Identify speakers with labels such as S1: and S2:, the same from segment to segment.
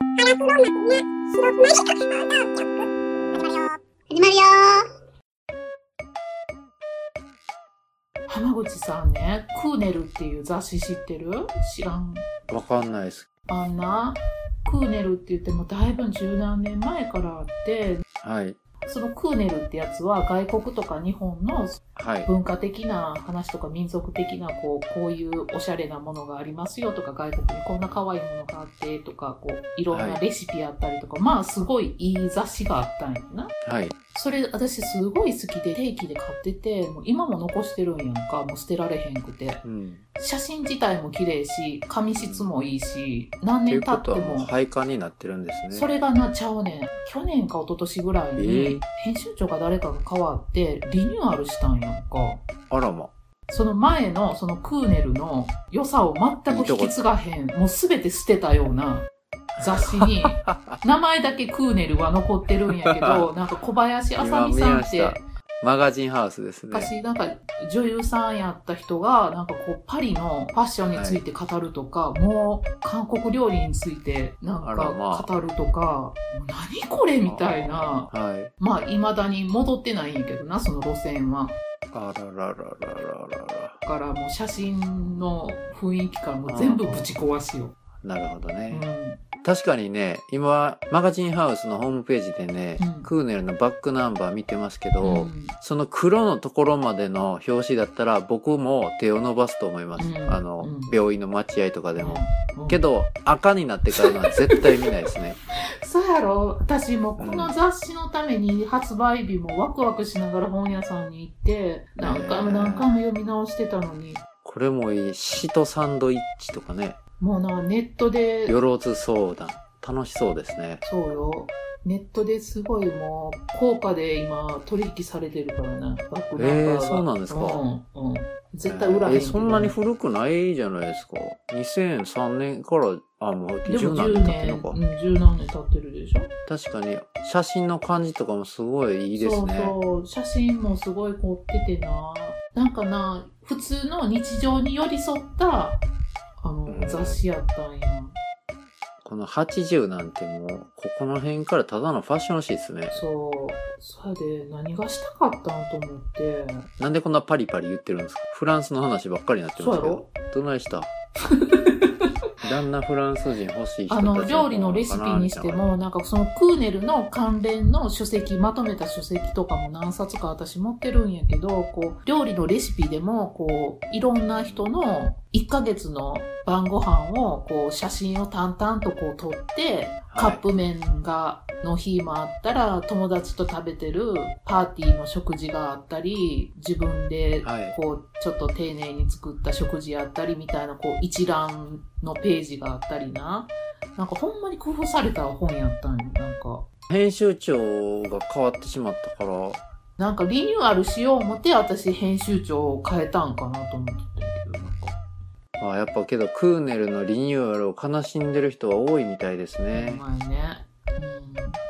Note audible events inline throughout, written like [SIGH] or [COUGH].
S1: 白黒幕ね白黒幕ハートキャップ始まるよ
S2: 浜口さんね「クーネル」っていう雑誌知ってる知らん
S3: わかんないです。
S2: あんなクーネルって言ってもだいぶ十何年前からあって
S3: はい。
S2: そのクーネルってやつは外国とか日本の
S3: はい。
S2: 文化的な話とか民族的なこうこういうおしゃれなものがありますよとか外国にこんな可愛いものがあってとかこういろんなレシピあったりとか、まあすごいいい雑誌があったんやな。
S3: はい。
S2: それ私すごい好きで定期で買っててもう今も残してるんやんかもう捨てられへんくて
S3: うん。
S2: 写真自体も綺麗し紙質もいいし何
S3: とい
S2: 年
S3: う
S2: 経
S3: こ
S2: って
S3: とはもう
S2: も
S3: 廃刊になってるんですね。
S2: それがなちゃうねん去年か一昨年ぐらい
S3: え
S2: に
S3: ー
S2: 編集長が誰かが変わってリニューアルしたんやんか
S3: あらま。
S2: その前のそのクーネルの良さを全く引き継がへんもう全て捨てたような雑誌
S3: [LAUGHS]
S2: に名前だけクーネルは残ってるんやけ
S3: [LAUGHS]
S2: どなんか小林あさ
S3: 今
S2: み
S3: 見
S2: さん
S3: ま
S2: っ
S3: してた。マガジンハウスですね。
S2: 昔なんか女優さんやった人がなんかこうパリのファッションについて語るとか、もう韓国料理についてなん
S3: あらま
S2: か
S3: あ
S2: 語るとか、もう何これみたいな
S3: はい。
S2: まあいまだに戻ってないんやけどなその路線は
S3: あらららららららら。
S2: だからもう写真の雰囲気からもう全部ぶち壊しよ
S3: なるほど
S2: う、
S3: ね
S2: う。ん、
S3: 確かにね、今、マガジンハウスのホームページでね、
S2: うん
S3: クーネルのバックナンバー見てますけど、
S2: うん
S3: その黒のところまでの表紙だったら僕も手を伸ばすと思います。
S2: うん
S3: あの、
S2: うん
S3: 病院の待合とかでも。
S2: うん
S3: けど、赤になってからのは絶対見ないですね。
S2: そうやろ私もこの雑誌のために発売日もワクワクしながら本屋さんに行って何回も何回も読み直してたのに
S3: これもいい。シトサンドイッチとかね。
S2: もうなネットで
S3: よろず相談。楽しそうですね。
S2: そうよネットですごいもう高価で今取引されてるからなバックナンバーが
S3: えーそうなんですか
S2: うんうん、絶対売らへん
S3: え
S2: けどね、
S3: ーそんなに古くないじゃないですか。2003年から、あ、もう
S2: で
S3: 10
S2: も
S3: 何年
S2: 10
S3: 経ってる
S2: 年
S3: のか
S2: う。ん十何年経ってるでしょ
S3: 確かに、写真の感じとかもすごいいいですね。
S2: そうそう写真もすごい凝っててななんかな普通の日常に寄り添ったあの、
S3: うん
S2: 雑誌やったんや
S3: この80なんてもう、ここの辺からただのファッション誌ですね。
S2: そうそれで何がしたかったんと思って
S3: なんでこんなパリパリ言ってるんですかフランスの話ばっかりになって
S2: そう
S3: ま
S2: や
S3: すけど
S2: ろ。
S3: どな
S2: [LAUGHS]
S3: いした旦那フランス人欲しい人た
S2: あ
S3: ち
S2: の料理のレシピにしてもなんかそのクーネルの関連の書籍まとめた書籍とかも何冊か私持ってるんやけどこう料理のレシピでもこういろんな人の1ヶ月の晩ご飯をこう写真を淡々とこう撮ってカ
S3: はい
S2: ップ麺がの日もあったら友達と食べてるパーティーの食事があったり自分で
S3: はい
S2: こうちょっと丁寧に作った食事やったりみたいなこう一覧のページがあったりななんかほんまに工夫された本やったんよなんか
S3: 編集長が変わってしまったから、
S2: なんかリニューアルしよう思って私編集長を変えたんかなと思ってたけどなんか
S3: まあ、やっぱけどクーネルのリニューアルを悲しんでる人は多いみたいですね。
S2: ほんまやね、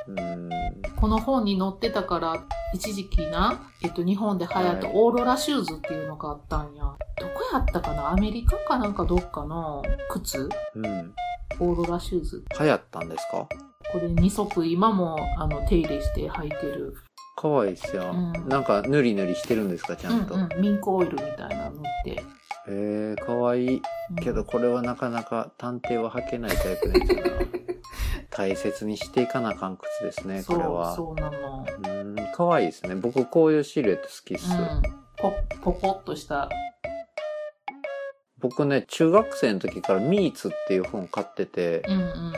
S2: うん
S3: うん。
S2: この本に載ってたから、一時期な、えっと、日本で流行ったオーロラシューズっていうのがあったんや。どこやったかなアメリカかなんかどっかの靴
S3: うん。
S2: オーロラシューズ。
S3: 流行ったんですか
S2: これ2足今もあの手入れして履いてる。
S3: かわいいっすよ。
S2: うん
S3: なんかヌリヌリしてるんですかちゃんと。
S2: うんうん。ミンクオイルみたいなの塗って。
S3: へえ、かわいい。
S2: うん
S3: けどこれはなかなか探偵は履けないタイプですよ
S2: [LAUGHS]
S3: な。大切にしていかなあかん靴ですね、これは。
S2: そう、そうなの。
S3: うん、かわいいですね。僕こういうシルエット好きっす。
S2: うん。ポポコッとした。
S3: 僕ね、中学生の時からミーツっていう本買ってて、
S2: うんうん。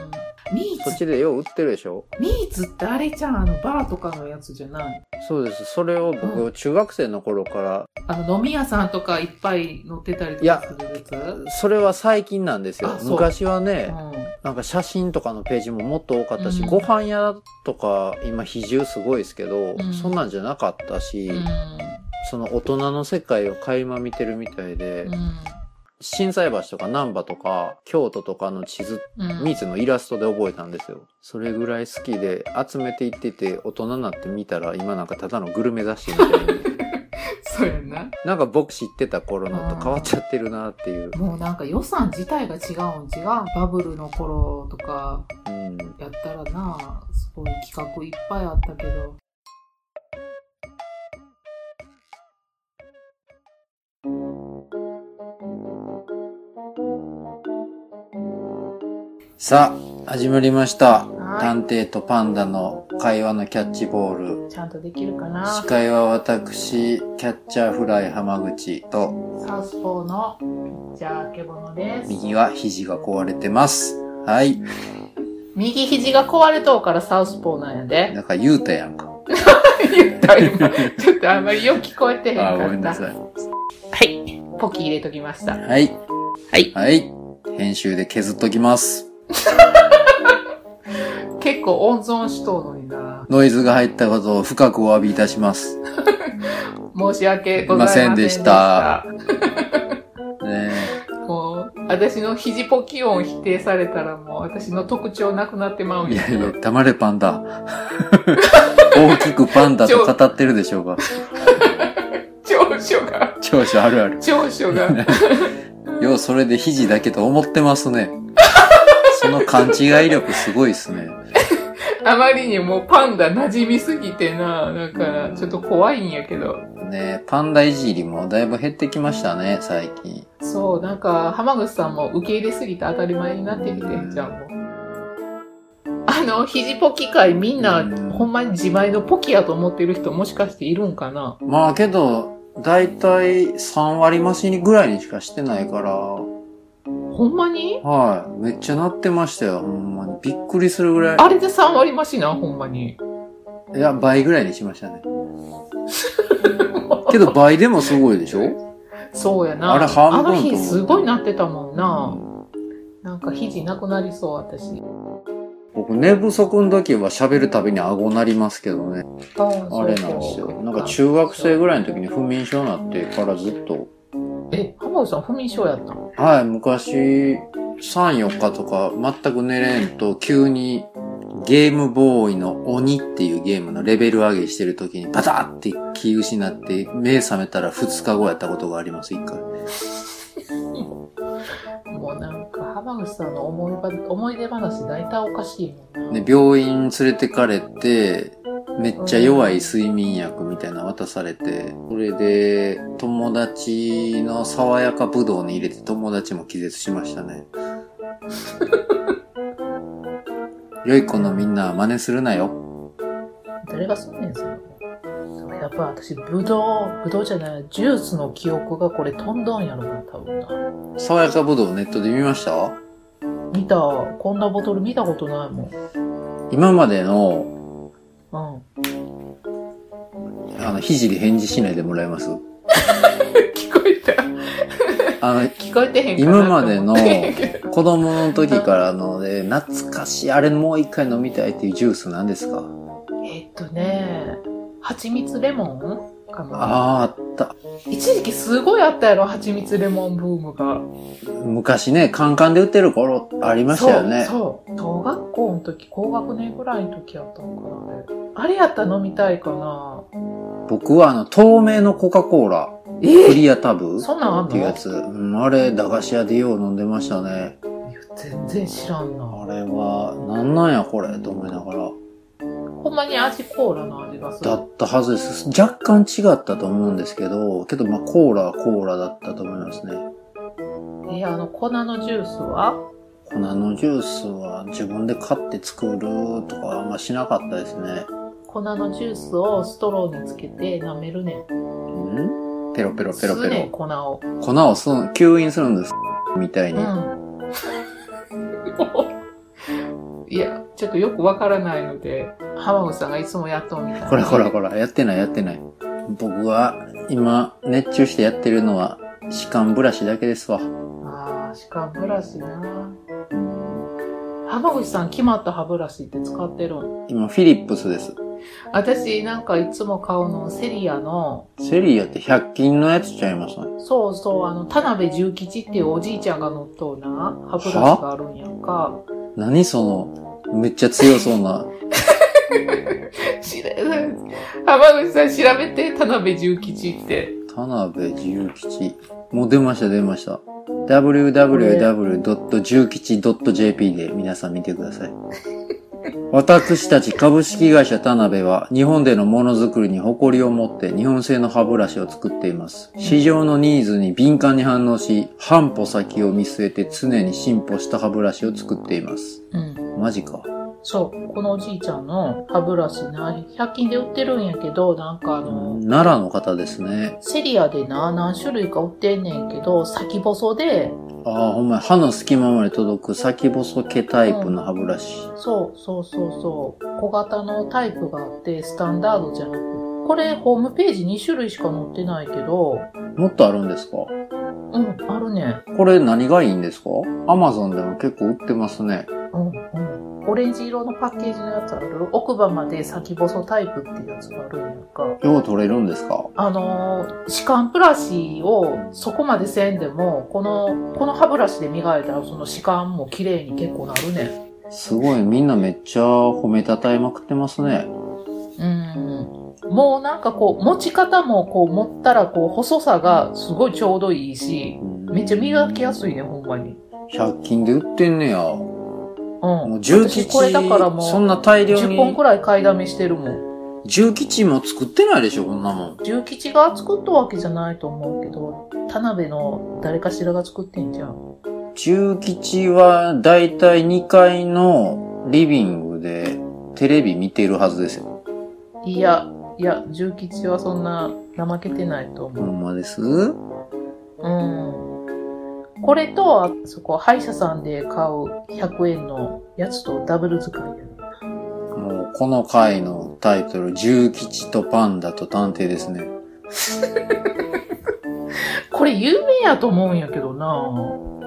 S2: ミー
S3: そっ
S2: ツ、
S3: ちでよう売ってるでしょ
S2: ミーツってあれじゃん、あのバーとかのやつじゃない
S3: そうです。それを僕、
S2: う
S3: 中学生の頃から、
S2: あの、飲み屋さんとかいっぱい載ってたりと
S3: い
S2: か
S3: や
S2: するやつ
S3: それは最近なんですよ
S2: あ。そう
S3: 昔は
S2: う
S3: ね、
S2: ん。
S3: なんか写真とかのページももっと多かったし、
S2: うん
S3: ご飯屋とか今比重すごいですけど、
S2: うん
S3: そんなんじゃなかったし、
S2: うん
S3: その大人の世界を垣間見てるみたいで、
S2: うん
S3: 心斎橋とか難波とか京都とかの地図、
S2: うん
S3: ミーツのイラストで覚えたんですよ。それぐらい好きで集めていってて大人になって見たら今なんかただのグルメ雑誌みたいに
S2: そうやんな。
S3: なんか僕知ってた頃のと変わっちゃってるなっていう。
S2: もうなんか予算自体が違うん違うバブルの頃とか
S3: うん。
S2: やったらなすごい企画いっぱいあったけど
S3: さあ、始まりました。
S2: はい
S3: 探偵とパンダの会話のキャッチボール。
S2: ちゃんとできるかな
S3: 司
S2: サ
S3: 会は私、キャッチャーフライ浜口と、
S2: ウスポーのピッチャーケボノです
S3: 右は肘が壊れてます。はい。
S2: 右肘が壊れとうからサウスポーなんやで
S3: なんか言うたやんか。
S2: 言った今ちょっとあんまりよく聞こえてへんか
S3: あ
S2: っ
S3: ー、
S2: た
S3: ごめんなさい。
S2: はいポキ入れときました
S3: はい。
S2: はい
S3: はい。編集で削っときます。
S2: 結構温存しとうのにな
S3: ノイズが入ったことを深くお詫びいたします。ね
S2: 申し訳ございませんでした
S3: [LAUGHS] え
S2: もう私の肘ポキ音否定されたらもう私の特徴なくなってまうん
S3: い
S2: や
S3: やい
S2: けど
S3: や、黙れパンダ。大きくパンダと語ってるでしょうが。
S2: 長所が
S3: 長所あるある。
S2: 長所が
S3: [LAUGHS] よう、それで肘だけと思ってますね。その勘違い力すごいですね。
S2: あまりにもうパンダ馴染みすぎてなだからちょっと怖いんやけど
S3: ねえパンダいじりもだいぶ減ってきましたね、最近。
S2: そうなんか浜口さんも受け入れすぎて当たり前になってきてんじゃんもうあの肘ポキ界みんな
S3: うん
S2: ほんまに自前のポキやと思ってる人もしかしているんかな
S3: まあけど、だいたい3割増しにぐらいにしかしてないから、
S2: ほんまに
S3: はい。めっちゃなってましたよ、ほんまに。びっくりするぐら
S2: あれで3割増しなほんまに
S3: い。いや、倍ぐらいにしましたね。けど倍でもすごいでしょ
S2: そうやな。
S3: あれ半分と
S2: あ
S3: 思
S2: の
S3: う
S2: 日すごいなってたもんな。なんか肘なくなりそう、私。
S3: 僕、寝不足の時は喋るたびに顎なりますけどね。
S2: あ
S3: あれなんですよ。なんか中学生ぐらいの時に不眠症になってからずっと。
S2: え、浜口さん不眠症やったの
S3: はい、昔、3、4日とか全く寝れんと、急にゲームボーイの鬼っていうゲームのレベル上げしてる時にバターって気失って、目覚めたら2日後やったことがあります、一回。
S2: もうなんか浜口さんの思いば思い出話大体おかしいもんな。
S3: で、病院連れてかれて、めっちゃ弱い睡眠薬みたいなの渡されて、それで、友達の爽やかぶどうに入れて友達も気絶しまし
S2: [LAUGHS]
S3: たね。良い子のみんなは真似するなよ。
S2: 誰がそうねんすよ。それやっぱ私、ぶどう、ぶどうじゃない、ジュースの記憶がこれ飛んだんやろな、多分な。
S3: 爽やかぶどうネットで見ました
S2: 見た、こんなボトル見たことないもん。
S3: 今までの、
S2: うん。
S3: あの、肘で返事しないでもらえま
S2: [LAUGHS]
S3: す
S2: 聞こえた。
S3: あの、
S2: 聞こえてへんかな
S3: 今までの
S2: と思ってんやけど
S3: 子供の時からので、懐かしい、あれもう一回飲みたいっていうジュースなんですか
S2: えっとね、蜂蜜レモンかな。
S3: あーあった。
S2: 一時期すごいあったやろ、蜂蜜レモンブームが。
S3: 昔ね、カンカンで売ってる頃ありましたよね。
S2: そう、そう。小学校の時、高学年ぐらいの時やったのかな、あれ。あれやったら飲みたいかな。
S3: 僕はあの、透明のコカ・コーラ、ク
S2: え
S3: リアタブっ
S2: そんなんあん
S3: ていうや
S2: の
S3: つ。うん、あれ、駄菓子屋でよう飲んでましたね。
S2: 全然知らんな。
S3: あれは、なんなんやこれ、と思いながら。
S2: ほんまに味コーラの味がする
S3: だ。ったはずです。若干違ったと思うんですけど、けどまあ、コーラはコーラだったと思いますね。
S2: え、あの粉のジュースは
S3: 粉のジュースは自分で買って作るとかあんましなかったですね。
S2: 粉のジュースをストローにつけて舐めるねん。
S3: んペロペロペロ
S2: 吸う
S3: ペ
S2: ねん、
S3: ロ。
S2: 粉を。
S3: 粉を吸う、吸引するんです。みたいに。
S2: うん。いや、 [LAUGHS] ちょっとよくわからないので、浜口さんがいつもやっとうみたいな。
S3: こらこら。こら、やってないやってない。僕は今熱中してやってるのは歯間ブラシだけですわ。
S2: ああ、歯間ブラシな。浜口さん決まった歯ブラシって使ってるん
S3: 今フィリップスです。
S2: 私なんかいつも買うのセリアの、
S3: セリアって100均のやつちゃいますね。
S2: そうそう、あの、田辺重吉っていうおじいちゃんが乗っとうな歯ブラシがあるんやんか。
S3: 何その、めっちゃ強そうな。
S2: 知らない。浜口さん調べて、田辺重吉って。
S3: 田田辺重吉。もう出ました、出ました。www.jukichi.jp で皆さん見てください。私たち株式会社田辺は日本でのものづくりに誇りを持って日本製の歯ブラシを作っています。市場のニーズに敏感に反応し、半歩先を見据えて常に進歩した歯ブラシを作っています。
S2: うん。
S3: マジか。
S2: そう。このおじいちゃんの歯ブラシな、100均で売ってるんやけど、なんかあの、
S3: 奈良の方ですね。
S2: セリアでな、何種類か売ってんねんけど、先細で、
S3: ああ、ほんまや歯の隙間まで届く先細毛タイプの歯ブラシ。
S2: そうそうそうそう、小型のタイプがあって、スタンダードじゃなく、これホームページ2種類しか載ってないけど、
S3: もっとあるんですか
S2: うん、あるね。
S3: これ何がいいんですかアマゾンでも結構売ってますね。
S2: うんうん。オレンジ色のパッケージのやつある奥歯まで先細タイプっていうやつがあるんやんか。
S3: よう取れるんですか
S2: あのー歯間ブラシをそこまでせんでも、この、この歯ブラシで磨いたらその歯間も綺麗に結構なるね。
S3: すごい、みんなめっちゃ褒めたたえまくってますね。
S2: うん。もうなんかこう、持ち方もこう持ったらこう、細さがすごいちょうどいいし、めっちゃ磨きやすいね、ほんまに。
S3: 100均で売ってんねや。も
S2: うん。
S3: う重基
S2: 私これだからもう
S3: そんな大量
S2: 10本
S3: に
S2: く。らい買いだめしてるもん。
S3: 重基地も作ってないでしょ、こんなもん。
S2: 重吉が作ったわけじゃないと思うけど、田辺の誰かしらが作ってんじゃん。
S3: 重基地はだいたい2階のリビングでテレビ見てるはずですよ。
S2: いや、いや、重吉はそんな怠けてないと
S3: ほ
S2: 思
S3: んまです
S2: う。うん。これと、あそこ、歯医者さんで買う100円のやつとダブル使いやね。
S3: もうこの回のタイトル、重吉とパンダと探偵ですね。
S2: これ有名やと思うんやけどな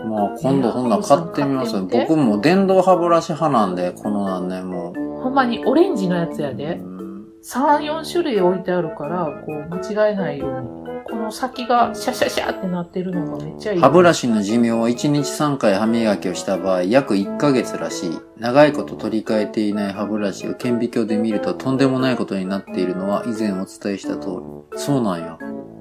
S3: まあ今度ほんなら買ってみますよ。僕も電動歯ブラシ派なんで、この何年も。
S2: ほんまにオレンジのやつや
S3: う
S2: で。
S3: ん
S2: 3、4種類置いてあるから、こう、間違えないように。この先がシャシャシャってなってるのがめっちゃいい。
S3: 歯ブラシの寿命は1日3回歯磨きをした場合、約1ヶ月らしい。長いこと取り替えていない歯ブラシを顕微鏡で見るととんでもないことになっているのは以前お伝えした通り。そうなんや。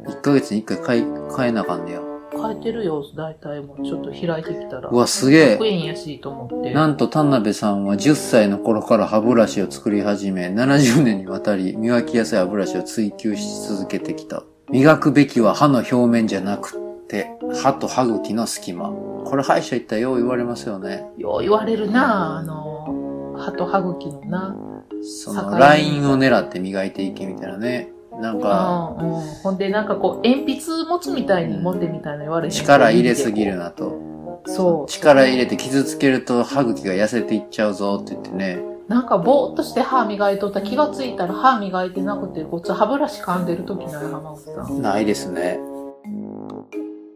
S3: 1ヶ月に1回買い、買えなあかんねや。
S2: 変えてるよ、大体もう。ちょっと開いてきたら。
S3: うわ、すげえ
S2: 100。円やしと思って。
S3: なんと田辺さんは10歳の頃から歯ブラシを作り始め、70年にわたり磨きやすい歯ブラシを追求し続けてきた。磨くべきは歯の表面じゃなくって、歯と歯茎の隙間。これ歯医者行ったらよう言われますよね。
S2: よう言われるなあの、歯と歯茎のな。
S3: そのラインを狙って磨いていけみたいなね。なんか、
S2: うん、うん。ほんで、なんかこう、鉛筆持つみたいに持ってみたいな言われる。
S3: 力入れすぎる。なと。
S2: そう。
S3: 力入れて傷つけると歯茎が痩せていっちゃうぞって言ってね。
S2: なんかぼーっとして歯磨いとったら気がついたら歯磨いてなくて、こっち歯ブラシ噛んでる時ない浜口さん。
S3: ないですね。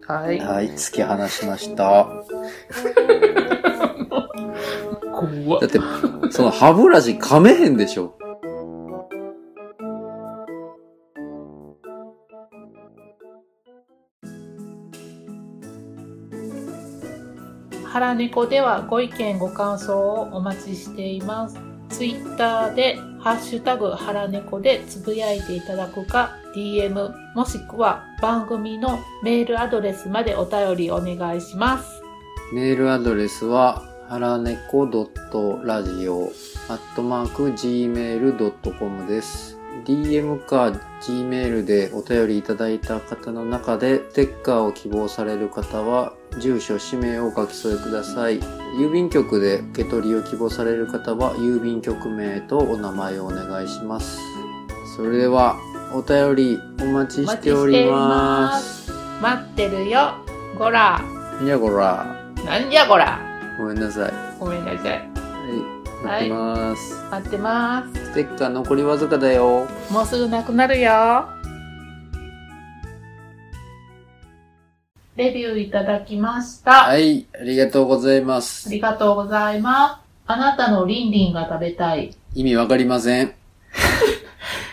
S2: はい。
S3: はい、突き放しました。
S2: 怖っ
S3: だって、その歯ブラシ噛めへんでしょ。
S2: 腹猫ではご意見ご感想をお待ちしています。ツイッターでハッシュタグ腹猫でつぶやいていただくか、DM もしくは番組のメールアドレスまでお便りお願いします。
S3: メールアドレスは、はらねこ .radio、アットマーク、gmail.com です。DM か Gmail でお便りいただいた方の中で、ステッカーを希望される方は、住所、氏名をお書き添えください。郵便局で受け取りを希望される方は、郵便局名とお名前をお願いします。それでは、お便りお待ちしております。
S2: 待ってるよ。ごら。
S3: やこら。
S2: なんじゃごら。
S3: ごめんなさい。
S2: ごめんなさい。
S3: はい、待ってます。
S2: 待ってま
S3: ステッカー残りわずかだよ。
S2: す。もうすぐなくなるよ。レビューいただきました。
S3: はい、ありがとうございま
S2: あ
S3: す。
S2: りがとうございます。あなたのリンリンが食べたい、
S3: 意味わかりません。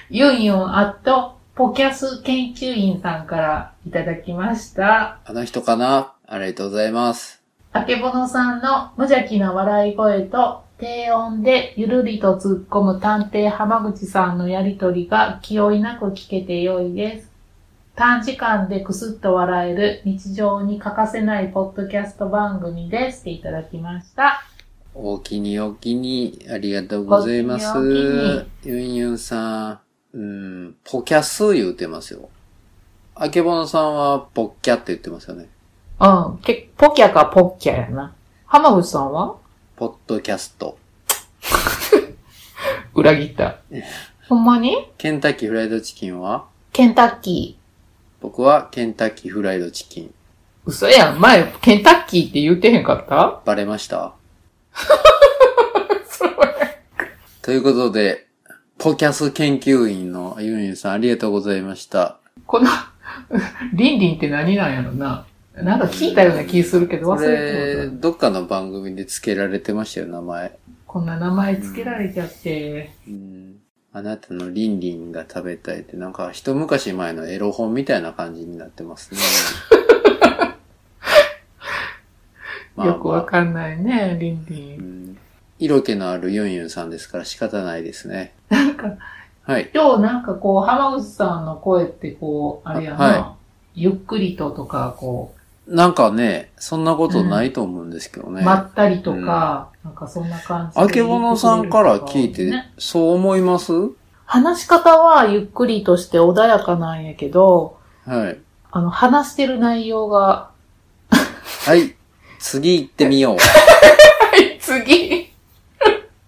S2: ユンユンアットポキャス研究員さんからいただきました。
S3: あの人かなありがとうございます。
S2: あけぼのさんの無邪気な笑い声と低音でゆるりと突っ込む探偵浜口さんのやりとりが気負いなく聞けて良いです。短時間でくすっと笑える日常に欠かせないポッドキャスト番組ですっていただきました。
S3: お気にお気に、ありがとうございます
S2: お気にお。
S3: ユンユンさん、うん、ポキャス言うてますよ。あけぼのさんはポッキャって言ってますよね。
S2: うん。けポキャかポッキャやな。浜口さんは
S3: ポッドキャスト。
S2: 裏切った。ほんまに
S3: ケンタッキーフライドチキンは
S2: ケンタッキー。
S3: 僕はケンタッキーフライドチキン。
S2: 嘘やん。前、ケンタッキーって言ってへんかった [LAUGHS]
S3: バレました
S2: それ。
S3: ということで、ポキャス研究員のユンユンさんありがとうございました。
S2: この、リンリンって何なんやろな。なんか聞いたような気するけど
S3: こ
S2: 忘れて
S3: れ、
S2: もうた。
S3: どっかの番組で付けられてましたよ、名前。
S2: こんな名前つけられちゃって。
S3: うんあなたのリンリンが食べたいって、なんか一昔前のエロ本みたいな感じになってます
S2: [LAUGHS]
S3: ね。まあ
S2: よくわかんないね、リンリ
S3: う
S2: ン。
S3: ん色気のあるユンユンさんですから仕方ないですね。
S2: なんか、
S3: はい。
S2: 今日なんかこう、浜口さんの声ってこう、あれやな。
S3: あは
S2: ゆっくりととか、こ
S3: なんかね、そんなことないと思うんですけど
S2: う、
S3: ね。
S2: まったりとか、なんかそんな感じで
S3: あけぼのさんから聞いて
S2: ね、
S3: そう思います
S2: 話し方はゆっくりとして穏やかなんやけど、
S3: はい。
S2: あの、話してる内容が、
S3: はい。次行ってみよう。
S2: はい、次。